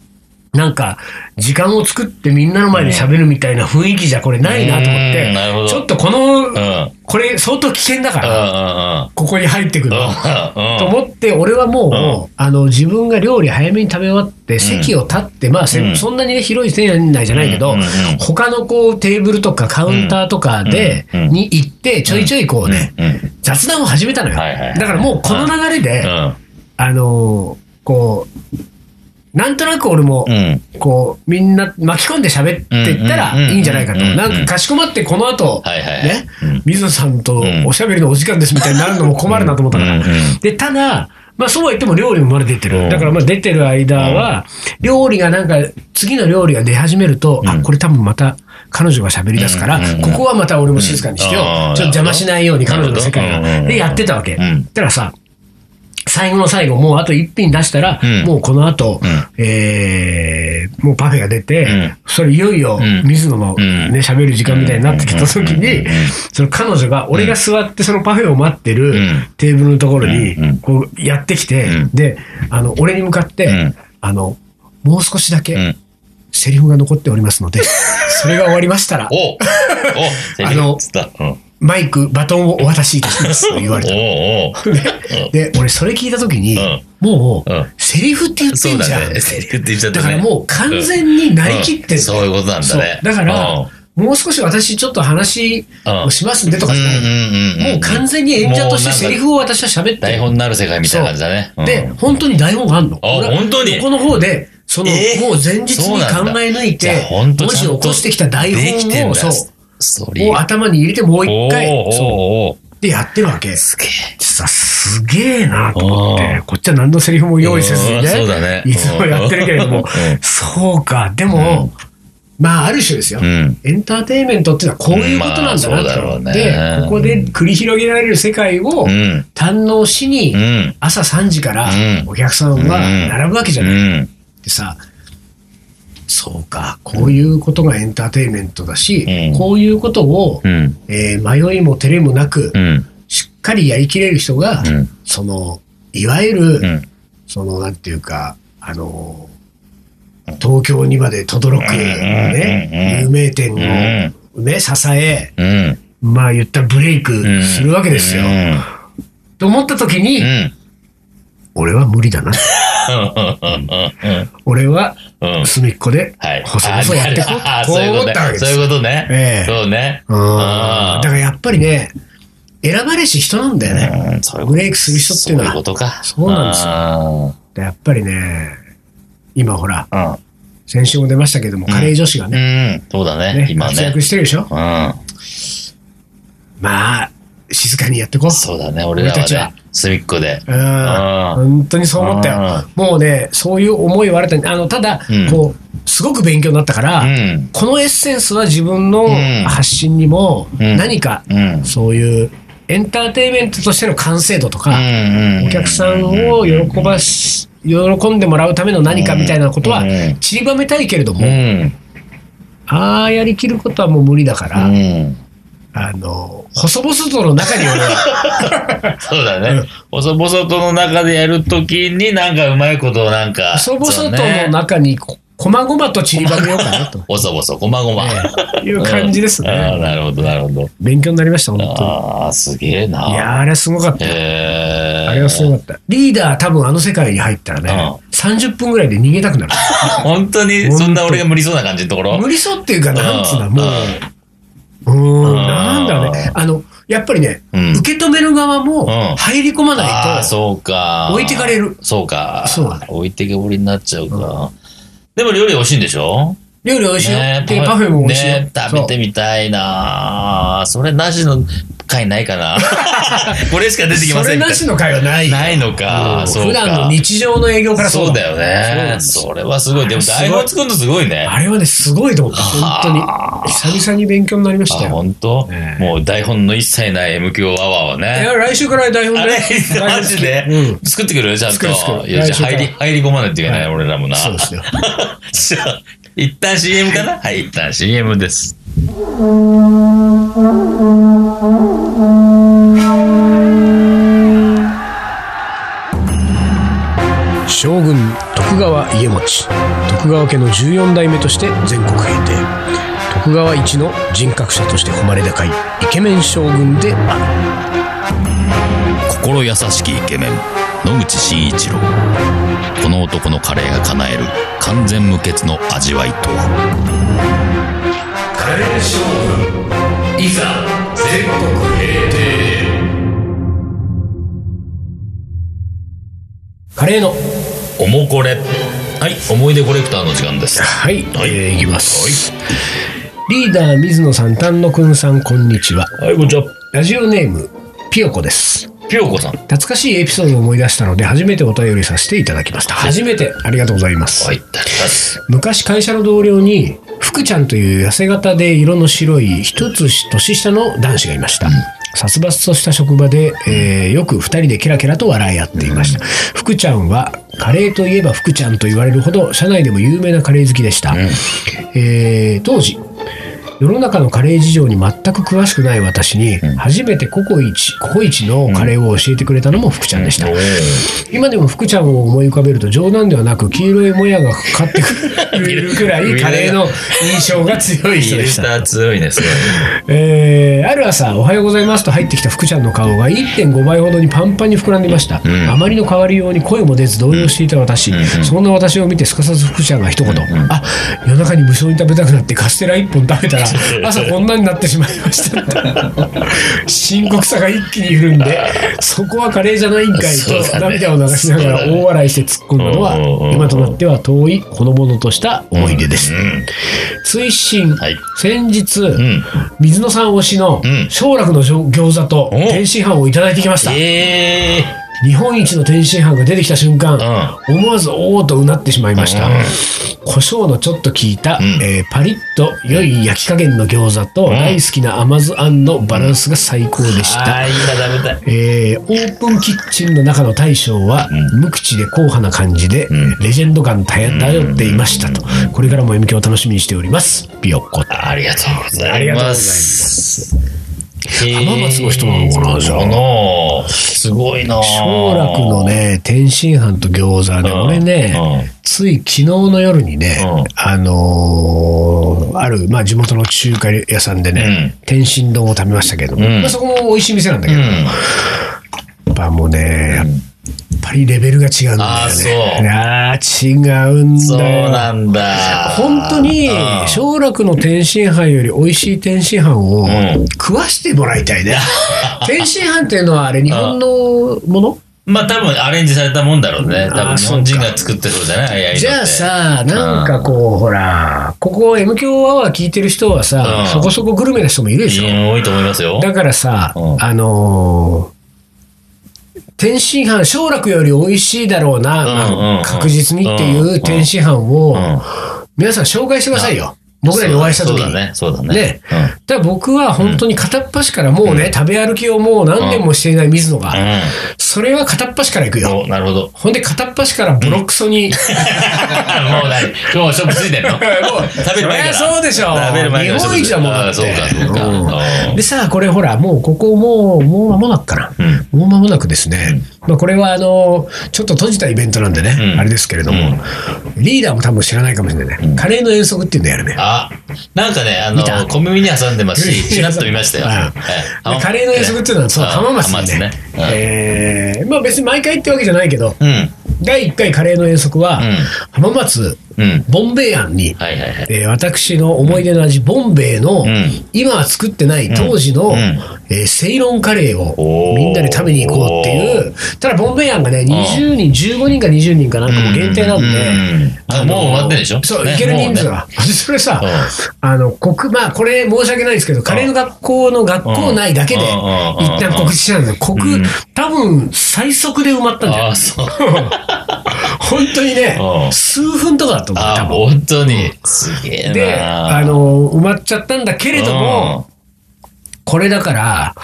Speaker 1: なんか、時間を作ってみんなの前で喋るみたいな雰囲気じゃこれないなと思って、
Speaker 2: うんなるほど
Speaker 1: ちょっとこの
Speaker 2: うん。
Speaker 1: これ相当危険だか
Speaker 2: うん
Speaker 1: ら、ここに入ってく
Speaker 2: うん
Speaker 1: る
Speaker 2: うん
Speaker 1: の。と
Speaker 2: うん
Speaker 1: 思って、俺はもう、あの、自分が料理早めに食べ終わって、席を立って、まあ、せ
Speaker 2: うん
Speaker 1: そんなにね、広い店内じゃないけど、
Speaker 2: うんうんうん
Speaker 1: 他のこう、テーブルとかカウンターとかで、
Speaker 2: うんうん
Speaker 1: に行って、ちょいちょいこうね、
Speaker 2: うんうん
Speaker 1: 雑談を始めたのよ。
Speaker 2: はいはいはい
Speaker 1: だからもう、この流れで、あのーこう、なんとなく俺も
Speaker 2: う、んうん
Speaker 1: こう、みんな巻き込んで喋っていった
Speaker 2: うんうんうん
Speaker 1: ら
Speaker 2: うん
Speaker 1: いいんじゃないかと。
Speaker 2: うんうん
Speaker 1: なんかかしこまってこの後、
Speaker 2: はいはいはい
Speaker 1: ね
Speaker 2: うん、
Speaker 1: 水野さんと
Speaker 2: ん
Speaker 1: おしゃべりのお時間ですみたいになるのも困るなと思ったから
Speaker 2: うんうんうん。
Speaker 1: で、ただ、まあそうは言っても料理もまだ出て
Speaker 2: う
Speaker 1: る。
Speaker 2: ん
Speaker 1: だからまあ出てる間は、料理がなんか、次の料理が出始めると、あ、これ多分また彼女が喋り出すから
Speaker 2: うんうんうん、
Speaker 1: ここはまた俺も静かにしてよ
Speaker 2: うんあ
Speaker 1: ちょ
Speaker 2: ー。
Speaker 1: っと邪魔しないように彼女の世界
Speaker 2: なるほどうんうんう
Speaker 1: が。
Speaker 2: ん
Speaker 1: で、やってたわけ。
Speaker 2: うん
Speaker 1: たらさ、最後の最後、もうあと1品出したら、
Speaker 2: うん
Speaker 1: もうこの後、
Speaker 2: う
Speaker 1: えーもうパフェが出て、
Speaker 2: うん
Speaker 1: それいよいよ
Speaker 2: うん
Speaker 1: 水野のね、
Speaker 2: うん
Speaker 1: 喋る時間みたいになってきた時
Speaker 2: う
Speaker 1: に
Speaker 2: んうんうんうん、
Speaker 1: その彼女が、俺が座ってそのパフェを待ってる
Speaker 2: ん
Speaker 1: テーブルのところ
Speaker 2: うんう
Speaker 1: に
Speaker 2: ん、
Speaker 1: こうやってきて
Speaker 2: うん、
Speaker 1: で、あの、俺に向かっ
Speaker 2: う
Speaker 1: て
Speaker 2: ん、
Speaker 1: あの、もう少しだ
Speaker 2: う
Speaker 1: け
Speaker 2: ん
Speaker 1: セリフが残っておりますの で、それが終わりましたら、
Speaker 2: おおセリ
Speaker 1: あの
Speaker 2: フつったうん
Speaker 1: マイク、バトンをお渡しいたしますと言われた。
Speaker 2: おうおう
Speaker 1: で、俺それ聞いたときに
Speaker 2: うん、
Speaker 1: もう
Speaker 2: うん、
Speaker 1: セリフって言って
Speaker 2: そうん
Speaker 1: じゃ
Speaker 2: だ
Speaker 1: ん。
Speaker 2: ね。セリフって言っちゃった
Speaker 1: だか
Speaker 2: ね。
Speaker 1: らもう完全になりきってんだよ
Speaker 2: そういうことなんだ
Speaker 1: そう
Speaker 2: ね。
Speaker 1: だから、
Speaker 2: うん
Speaker 1: もう少し私ちょっと話をしますんでとかじゃない、
Speaker 2: うんうんうんうん
Speaker 1: もう完全に演者として
Speaker 2: もうなんか
Speaker 1: セリフを私は喋って
Speaker 2: 台本のある世界みたいな感じだね。うん
Speaker 1: で、本当に台本があるの。
Speaker 2: あ
Speaker 1: 俺は
Speaker 2: 本当に
Speaker 1: 横の方で、その、
Speaker 2: えー
Speaker 1: もう前日
Speaker 2: そう
Speaker 1: に
Speaker 2: なんだ
Speaker 1: 考え抜い
Speaker 2: じゃあ
Speaker 1: て、
Speaker 2: 本当
Speaker 1: 文
Speaker 2: ちゃ
Speaker 1: 字
Speaker 2: んと
Speaker 1: を起こしてきた台
Speaker 2: できてん
Speaker 1: 本を、
Speaker 2: だ
Speaker 1: そう、
Speaker 2: ストーリー
Speaker 1: を頭に入れてもう一
Speaker 2: おうお
Speaker 1: 回、
Speaker 2: う
Speaker 1: そ
Speaker 2: おう
Speaker 1: う、でやってるわけ。
Speaker 2: すげえ。
Speaker 1: さ、すげえなと思っ
Speaker 2: う
Speaker 1: て
Speaker 2: ん、
Speaker 1: こっちは何のセリフも用意せずに
Speaker 2: うん
Speaker 1: ね、
Speaker 2: そうだね
Speaker 1: いつもやってるけれども
Speaker 2: うん、
Speaker 1: そうか、でも、まあ、ある種ですよ。
Speaker 2: うん。
Speaker 1: エンターテインメントっていうのはこういうことなんだな
Speaker 2: まあそうだ
Speaker 1: と
Speaker 2: ろ
Speaker 1: 思
Speaker 2: う
Speaker 1: って、
Speaker 2: ね
Speaker 1: でここで繰り広げられる世界を
Speaker 2: うん。
Speaker 1: 堪能しに、
Speaker 2: うん。
Speaker 1: 朝3時から
Speaker 2: うん
Speaker 1: お客さんは並ぶわけじゃ
Speaker 2: う
Speaker 1: ない
Speaker 2: ん。
Speaker 1: ってさ、そうか、こういうことがエンターテインメントだし、
Speaker 2: うん
Speaker 1: こういうことを、
Speaker 2: うん。
Speaker 1: えー迷いも照れもなく、
Speaker 2: うん。
Speaker 1: しっかりやりきれる人が、
Speaker 2: うん
Speaker 1: その、いわゆる、
Speaker 2: うん。
Speaker 1: その、なんていうか、あのー東京にまで轟く、ね、
Speaker 2: うん
Speaker 1: 有名店を、ね、支え、
Speaker 2: うん。
Speaker 1: まあ言ったらブレイクするわけですよ。
Speaker 2: うん
Speaker 1: と思った時に、
Speaker 2: うん。
Speaker 1: 俺は無理だな。俺は
Speaker 2: うん
Speaker 1: 隅っこで
Speaker 2: はい。
Speaker 1: 細々やってこう
Speaker 2: あー
Speaker 1: こ
Speaker 2: そう
Speaker 1: う
Speaker 2: いう
Speaker 1: 思
Speaker 2: こ
Speaker 1: っ
Speaker 2: と
Speaker 1: たわ
Speaker 2: ね。
Speaker 1: けで
Speaker 2: そう
Speaker 1: す
Speaker 2: いう
Speaker 1: よ。
Speaker 2: ことね。
Speaker 1: ええ
Speaker 2: そうね。
Speaker 1: うん
Speaker 2: あ
Speaker 1: だからやっぱりね、選ばれし人なんだよね。
Speaker 2: ーうんそういうこと
Speaker 1: ブレイクする人っていうのは
Speaker 2: そういうことか。
Speaker 1: そうなんですよ
Speaker 2: よ。
Speaker 1: やっぱりね、今ほら、
Speaker 2: うん。
Speaker 1: 先週も出ましたけども、カレー女子がね、
Speaker 2: うん、そうだね、
Speaker 1: ね
Speaker 2: 今
Speaker 1: 活
Speaker 2: ね
Speaker 1: 躍。してるでしょ
Speaker 2: う
Speaker 1: まあ、静かにやってこう。
Speaker 2: ん、そうだね、俺ら
Speaker 1: 俺た
Speaker 2: は
Speaker 1: ちは
Speaker 2: ね、隅っこで。
Speaker 1: うん本当にそう思ったよ。もうね、そういう思いは新たに、あの、ただ、
Speaker 2: うん
Speaker 1: こう、すごく勉強になったから、
Speaker 2: うん、
Speaker 1: このエッセンスは自分の
Speaker 2: ん
Speaker 1: 発信にも、
Speaker 2: うん
Speaker 1: 何か、
Speaker 2: うん。
Speaker 1: そういうエンターテインメントとしての完成度とか、
Speaker 2: うん
Speaker 1: お客さんを喜ばし、喜んでもらうための何かみたいなことは
Speaker 2: うん
Speaker 1: 散りばめたいけれども、
Speaker 2: うん、
Speaker 1: ああやりきることはもう無理だから、
Speaker 2: うん。
Speaker 1: あの、細々との中に俺は、
Speaker 2: そうだね。細々との中でやるときになんかうまいことをなんか。
Speaker 1: 細々と
Speaker 2: そうね
Speaker 1: の中にこ、こまごまと散りばめようかなと
Speaker 2: 細々、こまごま。
Speaker 1: いう感じです
Speaker 2: ああ、
Speaker 1: ね。
Speaker 2: なるほど、なるほど。
Speaker 1: 勉強になりました、本当
Speaker 2: ああ、すげえな。
Speaker 1: に。いやー、あれはすごかった。
Speaker 2: えー、
Speaker 1: あれはすごかった。リーダー多分あの世界に入ったら
Speaker 2: あ
Speaker 1: ね、30分ぐらいで逃げたくなる。
Speaker 2: 本当に、そんな俺が無理そうな感じのところ
Speaker 1: 無理そうっていうか、なんつう
Speaker 2: あ
Speaker 1: の、
Speaker 2: ー
Speaker 1: もう、うーん、
Speaker 2: あー
Speaker 1: なんだろうね。あの、やっぱりね、
Speaker 2: うん
Speaker 1: 受け止める側も
Speaker 2: うん
Speaker 1: 入り込ま
Speaker 2: あ
Speaker 1: な
Speaker 2: あ
Speaker 1: いと、
Speaker 2: そうか。
Speaker 1: 置いてかれる。
Speaker 2: そうか。
Speaker 1: そうだね
Speaker 2: 置いてけぼりになっちゃうか。でも料理美味しいんでしょ
Speaker 1: 料理美味しいよ。
Speaker 2: ね
Speaker 1: で、パフェも美味しいよ
Speaker 2: ね。食べてみたいなそれなしの回ない かな。これしか出てき
Speaker 1: そう
Speaker 2: ま
Speaker 1: それ
Speaker 2: せんみた
Speaker 1: ないしの会はないよ。
Speaker 2: ないの
Speaker 1: う
Speaker 2: か。
Speaker 1: ん
Speaker 2: そうか。
Speaker 1: 普段の日常の営業から
Speaker 2: そうだよ
Speaker 1: そうな
Speaker 2: ね
Speaker 1: ん。です
Speaker 2: それはすごい。でも台本作るのすごいね。
Speaker 1: あれはね、すごいと思った。
Speaker 2: は
Speaker 1: 本当に。久々に勉強になりました
Speaker 2: あ、
Speaker 1: よ。
Speaker 2: 本当
Speaker 1: ね
Speaker 2: もう台本の一切ない M 響アワーはいね
Speaker 1: や、。来週から台本
Speaker 2: あ
Speaker 1: ね
Speaker 2: れ
Speaker 1: 台本
Speaker 2: マジで、
Speaker 1: うん。
Speaker 2: 作ってくるちゃんと。
Speaker 1: 作る作る
Speaker 2: いや、じゃあ入
Speaker 1: 来
Speaker 2: り、
Speaker 1: 週
Speaker 2: 入り込まないといけない、
Speaker 1: はい
Speaker 2: 俺らもな。
Speaker 1: そうですよ。
Speaker 2: じゃあ一旦 CM かなはい、一旦 CM です。
Speaker 1: 将軍徳川家持徳川家の14代目として全国平定徳川一の人格者として誉れ高いイケメン将軍である
Speaker 2: 心優しきイケメン野口真一郎この男のカレーが叶える完全無欠の味わいとは
Speaker 1: カレー将軍いざ全国平定カレーの
Speaker 2: おもこれはい思い出コレクターの時間です
Speaker 1: はい、
Speaker 2: はい
Speaker 1: えーいきます、リーダー水野さん丹野くんさんこんにちは
Speaker 2: はいこんにちは
Speaker 1: ラジオネームピヨコです
Speaker 2: ピヨコさん
Speaker 1: 懐かしいエピソードを思い出したので初めてお便りさせていただきました初めてありがとうございます、
Speaker 2: はいたす
Speaker 1: 昔会社の同僚に福ちゃんという痩せ型で色の白い一つ年下の男子がいました、殺伐とした職場で、えーよく二人でケラケラと笑い合っていました、福ちゃんはカレーといえば福ちゃんと言われるほど社内でも有名なカレー好きでした、えー当時世の中のカレー事情に全く詳しくない私に、初めてココイチ、ココイチのカレーを教えてくれたのも福ちゃんでした。今でも福ちゃんを思い浮かべると冗談ではなく黄色いもやがかかってくるくらいカレーの印象が強い人でした。
Speaker 2: ー強いですね
Speaker 1: えーある朝、おはようございますと入ってきた福ちゃんの顔が1.5倍ほどにパンパンに膨らんでいました。
Speaker 2: ん
Speaker 1: あまりの変わりように声も出ず動揺していた私、そんな私を見てすかさず福ちゃんが一言、あ夜中に無性に食べたくなってカステラ1本食べた ら、朝こんなになってしまいましたと。深刻さが一気に緩んで、そこはカレーじゃないんかい
Speaker 2: そうだ
Speaker 1: と
Speaker 2: ね
Speaker 1: 涙を流しながら大笑いして突っ込んだのは
Speaker 2: うんうんうん、
Speaker 1: 今となっては遠いほのぼのとした思い出です。
Speaker 2: うん
Speaker 1: 追伸、
Speaker 2: はい
Speaker 1: 先日、
Speaker 2: ん
Speaker 1: 水野さん推しの
Speaker 2: うん
Speaker 1: 奨楽の餃子と
Speaker 2: お
Speaker 1: 天津飯をいただいてきました、
Speaker 2: ええ
Speaker 1: 日本一の天津飯が出てきた瞬間、思わずおおとうなってしまいました、
Speaker 2: うん
Speaker 1: 胡椒のちょっと効いた、
Speaker 2: ん
Speaker 1: えーパリッと良い焼き加減の餃子と、
Speaker 2: ん
Speaker 1: 大好きな甘酢あんのバランスが最高でした、
Speaker 2: ああ今食べたい
Speaker 1: えーオープンキッチンの中の大将は、無口で硬派な感じで、
Speaker 2: ん
Speaker 1: レジェンド感漂漂っていましたと、これからも M 響を楽しみにしておりますピヨッコ
Speaker 2: ありがとうございます。
Speaker 1: ありがとうございます浜松の人なのかなじゃあ
Speaker 2: あのすごいな
Speaker 1: 奨楽のね天津飯と餃子ね
Speaker 2: うん
Speaker 1: 俺ね
Speaker 2: う
Speaker 1: つい昨日の夜にね
Speaker 2: うん
Speaker 1: あのーある、まあ、地元の中華屋さんでね、天津丼を食べましたけど、
Speaker 2: ん
Speaker 1: まあ、そこも美味しい店なんだけ
Speaker 2: う
Speaker 1: ど、
Speaker 2: ん
Speaker 1: や。っぱもうねやっぱりレベルが違うんだ
Speaker 2: あ
Speaker 1: よ
Speaker 2: ーそう
Speaker 1: ねあー違うん
Speaker 2: そう
Speaker 1: だよ
Speaker 2: なんだ。
Speaker 1: 本当に
Speaker 2: うん
Speaker 1: 奨楽の天津飯より美味しい天津飯を
Speaker 2: ん
Speaker 1: 食わしてもらいた いね。天津飯っていうのはあれ日本のもの
Speaker 2: まあ多分アレンジされたもんだろうね。多
Speaker 1: あ
Speaker 2: 分
Speaker 1: ー
Speaker 2: 日本人が作ってそうじゃないああいうのって
Speaker 1: じゃあさ、なんかこう、ほら、ここ M 響アワー聞いてる人は
Speaker 2: うん
Speaker 1: さ、そこそこグルメな人もいるでし
Speaker 2: う
Speaker 1: ょ。
Speaker 2: ん多いと思いますよ。
Speaker 1: だからさ
Speaker 2: う、ん
Speaker 1: あのー天津飯、奨楽より美味しいだろうな、
Speaker 2: うんうん
Speaker 1: ま
Speaker 2: うん
Speaker 1: あ確実にってい
Speaker 2: んう
Speaker 1: うん天津飯を
Speaker 2: うん
Speaker 1: 皆さん紹介してくださいよ。僕らにお会いした時
Speaker 2: そう
Speaker 1: に
Speaker 2: だ。ね。そうだね。
Speaker 1: ね
Speaker 2: うん
Speaker 1: だから僕は本当に片っ端からもうね、食べ歩きをもう何年もしていない水野が、それは片っ端から行く
Speaker 2: うん
Speaker 1: よ。
Speaker 2: お。なるほど。
Speaker 1: ほんで片っ端からボロクソ に、
Speaker 2: もう何今日は勝負ついてんの食べる前から。
Speaker 1: そりゃそうでしょ
Speaker 2: 食べる前から
Speaker 1: 日本一だもんだ
Speaker 2: あ
Speaker 1: って
Speaker 2: ーそうか、そうか。
Speaker 1: うん
Speaker 2: あー
Speaker 1: でさあこれほらもうここもうもう間もなくかな、もう間もなくですね、まあ、これはあのちょっと閉じたイベントなんでね、
Speaker 2: うん
Speaker 1: あれですけれども、リーダーも多分知らないかもしれないね、カレーの遠足っていうんだよね
Speaker 2: あ、なんかね、あ
Speaker 1: 見た
Speaker 2: の、小耳に挟んでま すし、ちらっと見ましたよ。
Speaker 1: うん
Speaker 2: はい
Speaker 1: でカレーの遠足っていうのはそう浜松にね
Speaker 2: 浜松ね
Speaker 1: えーまあ別に毎回ってわけじゃないけど、
Speaker 2: うん。
Speaker 1: 第1回カレーの遠足は、
Speaker 2: ん
Speaker 1: 浜松
Speaker 2: うん。
Speaker 1: ボンベイ庵に、
Speaker 2: はいはいはい。
Speaker 1: えー私の思い出の味、ボンベイの、
Speaker 2: ん
Speaker 1: 今は作ってない当時の、
Speaker 2: うん
Speaker 1: えーセイロンカレーを
Speaker 2: おー
Speaker 1: みんなで食べに行こうっていう、ただボンベイ庵がね、20人、15人か20人かなんかも限定なんで、
Speaker 2: うんあもう終わってるでしょ
Speaker 1: そう、
Speaker 2: ね
Speaker 1: 行ける人数
Speaker 2: も
Speaker 1: が。 それさ
Speaker 2: うん、
Speaker 1: あの、国、まあ、これ申し訳ないですけど、カレーの学校の学校内だけで
Speaker 2: うんうん、
Speaker 1: 一旦告知したんですよ。
Speaker 2: う
Speaker 1: 国
Speaker 2: ん、
Speaker 1: 多分、最速で埋まった
Speaker 2: うんね
Speaker 1: じゃ
Speaker 2: あ
Speaker 1: ない
Speaker 2: ー、そう。
Speaker 1: 本当にね
Speaker 2: う、ん
Speaker 1: 数分とかだと思う、
Speaker 2: あ
Speaker 1: 多
Speaker 2: ー、
Speaker 1: 分。
Speaker 2: 本当に。すげえな。
Speaker 1: で、あの、埋まっちゃったんだけれども、これだから、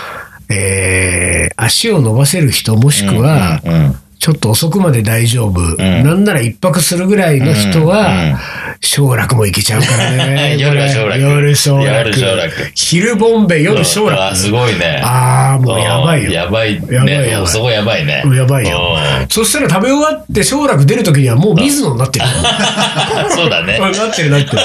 Speaker 1: えー足を伸ばせる人、もし
Speaker 2: うん、
Speaker 1: くは、
Speaker 2: うん、うん
Speaker 1: ちょっと遅くまで大丈夫、なんなら一泊するぐらいの人
Speaker 2: うんうん
Speaker 1: は、奨、楽も行けちゃうからね
Speaker 2: 。夜は奨楽
Speaker 1: 夜奨楽。
Speaker 2: 夜奨楽
Speaker 1: 昼ボンベ、夜奨楽。
Speaker 2: あーすごいね。
Speaker 1: ああ、ああ、もうやばいよ。
Speaker 2: やばい
Speaker 1: やばいやば
Speaker 2: ね。
Speaker 1: い
Speaker 2: いやそこやばいね。
Speaker 1: やばいよ
Speaker 2: う
Speaker 1: そしたら食べ終わって、しばらく出るときにはもう水野になって るよ。
Speaker 2: ん そうだね。
Speaker 1: なってるなって る。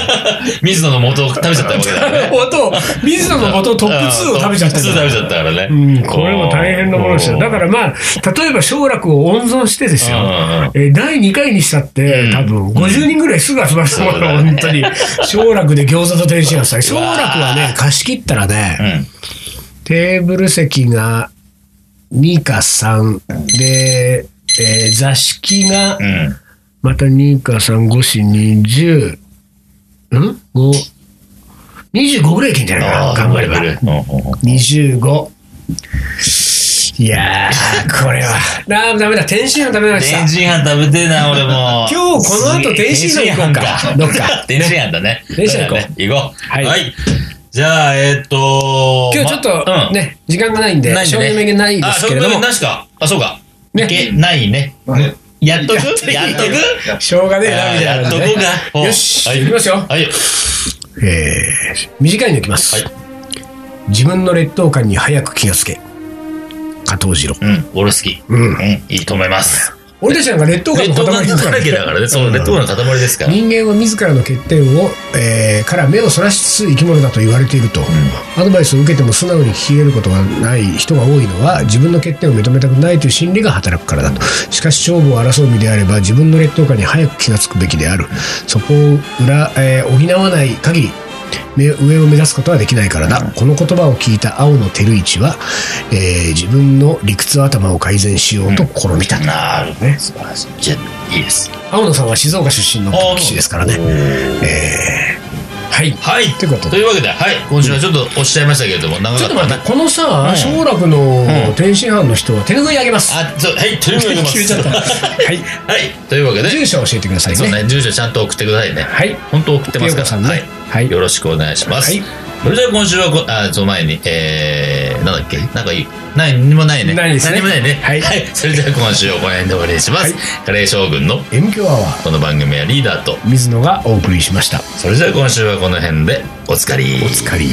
Speaker 2: 水野の元を食べちゃったわけだからね。
Speaker 1: 元、水野の元トップ2を食べちゃって
Speaker 2: トップ2食べちゃったからね。
Speaker 1: うん、これも大変なものでした。だからまあ、例えば奨楽を温存してですよ
Speaker 2: うんうんうん。
Speaker 1: えー第2回にしたって、多分50人ぐらいすぐ集まってたか
Speaker 2: そうだ
Speaker 1: ら、
Speaker 2: ね
Speaker 1: 本当に。奨楽で餃子と天津飯。奨楽はね、貸し切ったら
Speaker 2: う
Speaker 1: ね、
Speaker 2: ん。
Speaker 1: テーブル席が2か3で、えー座敷が
Speaker 2: うん。
Speaker 1: また2か3、5、4、20、ん ?5、25ぐらいいけんじゃないかな、頑張れば。
Speaker 2: ば。
Speaker 1: 25いやーこれは なあダメだ天津飯ダメだし
Speaker 2: 天
Speaker 1: た
Speaker 2: 津飯食べてえな、俺も。
Speaker 1: 今日この後天津飯行こうかどっか
Speaker 2: 天津飯だね。
Speaker 1: 天津飯行こう
Speaker 2: そうだね行こう。
Speaker 1: はい
Speaker 2: はい。じゃあ、えーっと。
Speaker 1: 今日ちょっ
Speaker 2: ま
Speaker 1: と
Speaker 2: うん
Speaker 1: ね時間がないんで
Speaker 2: ないんで
Speaker 1: 正
Speaker 2: ね
Speaker 1: 面げないですけれど
Speaker 2: あ、そ
Speaker 1: も
Speaker 2: うなしか。あ、そうか。
Speaker 1: ね
Speaker 2: いけないね。やっとくやっとく
Speaker 1: しょうがねえなみたいな
Speaker 2: やっと
Speaker 1: 感
Speaker 2: こ
Speaker 1: じでね
Speaker 2: うか。
Speaker 1: よし
Speaker 2: はい
Speaker 1: 行きますよ
Speaker 2: はい。
Speaker 1: えー短いのいきます
Speaker 2: はい
Speaker 1: 自分の劣等感に早く気がつけ加藤次郎
Speaker 2: うん、俺好き。
Speaker 1: うん
Speaker 2: うん、いいと思います。
Speaker 1: 俺たちなんか劣等感
Speaker 2: レ
Speaker 1: の
Speaker 2: ッドガ
Speaker 1: 塊
Speaker 2: ン
Speaker 1: だか
Speaker 2: だらけだ
Speaker 1: ら
Speaker 2: からね。そう、レッドガンの塊ですから。
Speaker 1: 人間は自らの欠点を、えーから目をそらしつつ生き物だと言われていると、アドバイスを受けても素直に聞き入れることがない人が多いのは自分の欠点を認めたくないという心理が働くからだとしかし勝負を争う身であれば自分の劣等感に早く気が付くべきであるそこを裏、えー補わない限り目上を目指すことはできないからだ、この言葉を聞いた青野照一は、えー自分の理屈頭を改善しようと試みた、
Speaker 2: なる
Speaker 1: ね
Speaker 2: 素晴らしい。じゃあ、いいです。
Speaker 1: 青野さんは静岡出身の棋士ですからね
Speaker 2: ね。
Speaker 1: えーはい
Speaker 2: はい。
Speaker 1: ということで
Speaker 2: というわけで、はい。今週はちょっとおっしゃいましたけれども、長
Speaker 1: ち
Speaker 2: か
Speaker 1: ょ
Speaker 2: っ
Speaker 1: っと
Speaker 2: た
Speaker 1: 待
Speaker 2: ね
Speaker 1: っ。て、このさ
Speaker 2: う、ん
Speaker 1: 奨楽の天津飯の人は手拭いあげます。
Speaker 2: あ、そう、はい。というわけ で、
Speaker 1: 消えちゃったはい。
Speaker 2: はい。というわけで、
Speaker 1: 住所教えてください
Speaker 2: そう
Speaker 1: ね。
Speaker 2: ね、住所ちゃんと送ってくださいね。
Speaker 1: はい。
Speaker 2: 本当送ってます
Speaker 1: ペオ
Speaker 2: から。
Speaker 1: カさんね
Speaker 2: はい。
Speaker 1: はい
Speaker 2: よろしくお願いします。
Speaker 1: はい
Speaker 2: それじゃあ今週はこ、あ、その前に、えー、なんだっけなんかいい。何もないね。
Speaker 1: ないですね
Speaker 2: 何もないね。
Speaker 1: はい
Speaker 2: それじゃあ今週はこの辺で終わりにします。カレー将軍の
Speaker 1: M 強アワー、
Speaker 2: この番組はリーダーと、
Speaker 1: 水野がお送りしました。
Speaker 2: それじゃあ今週はこの辺で、おつかり。
Speaker 1: お疲れ。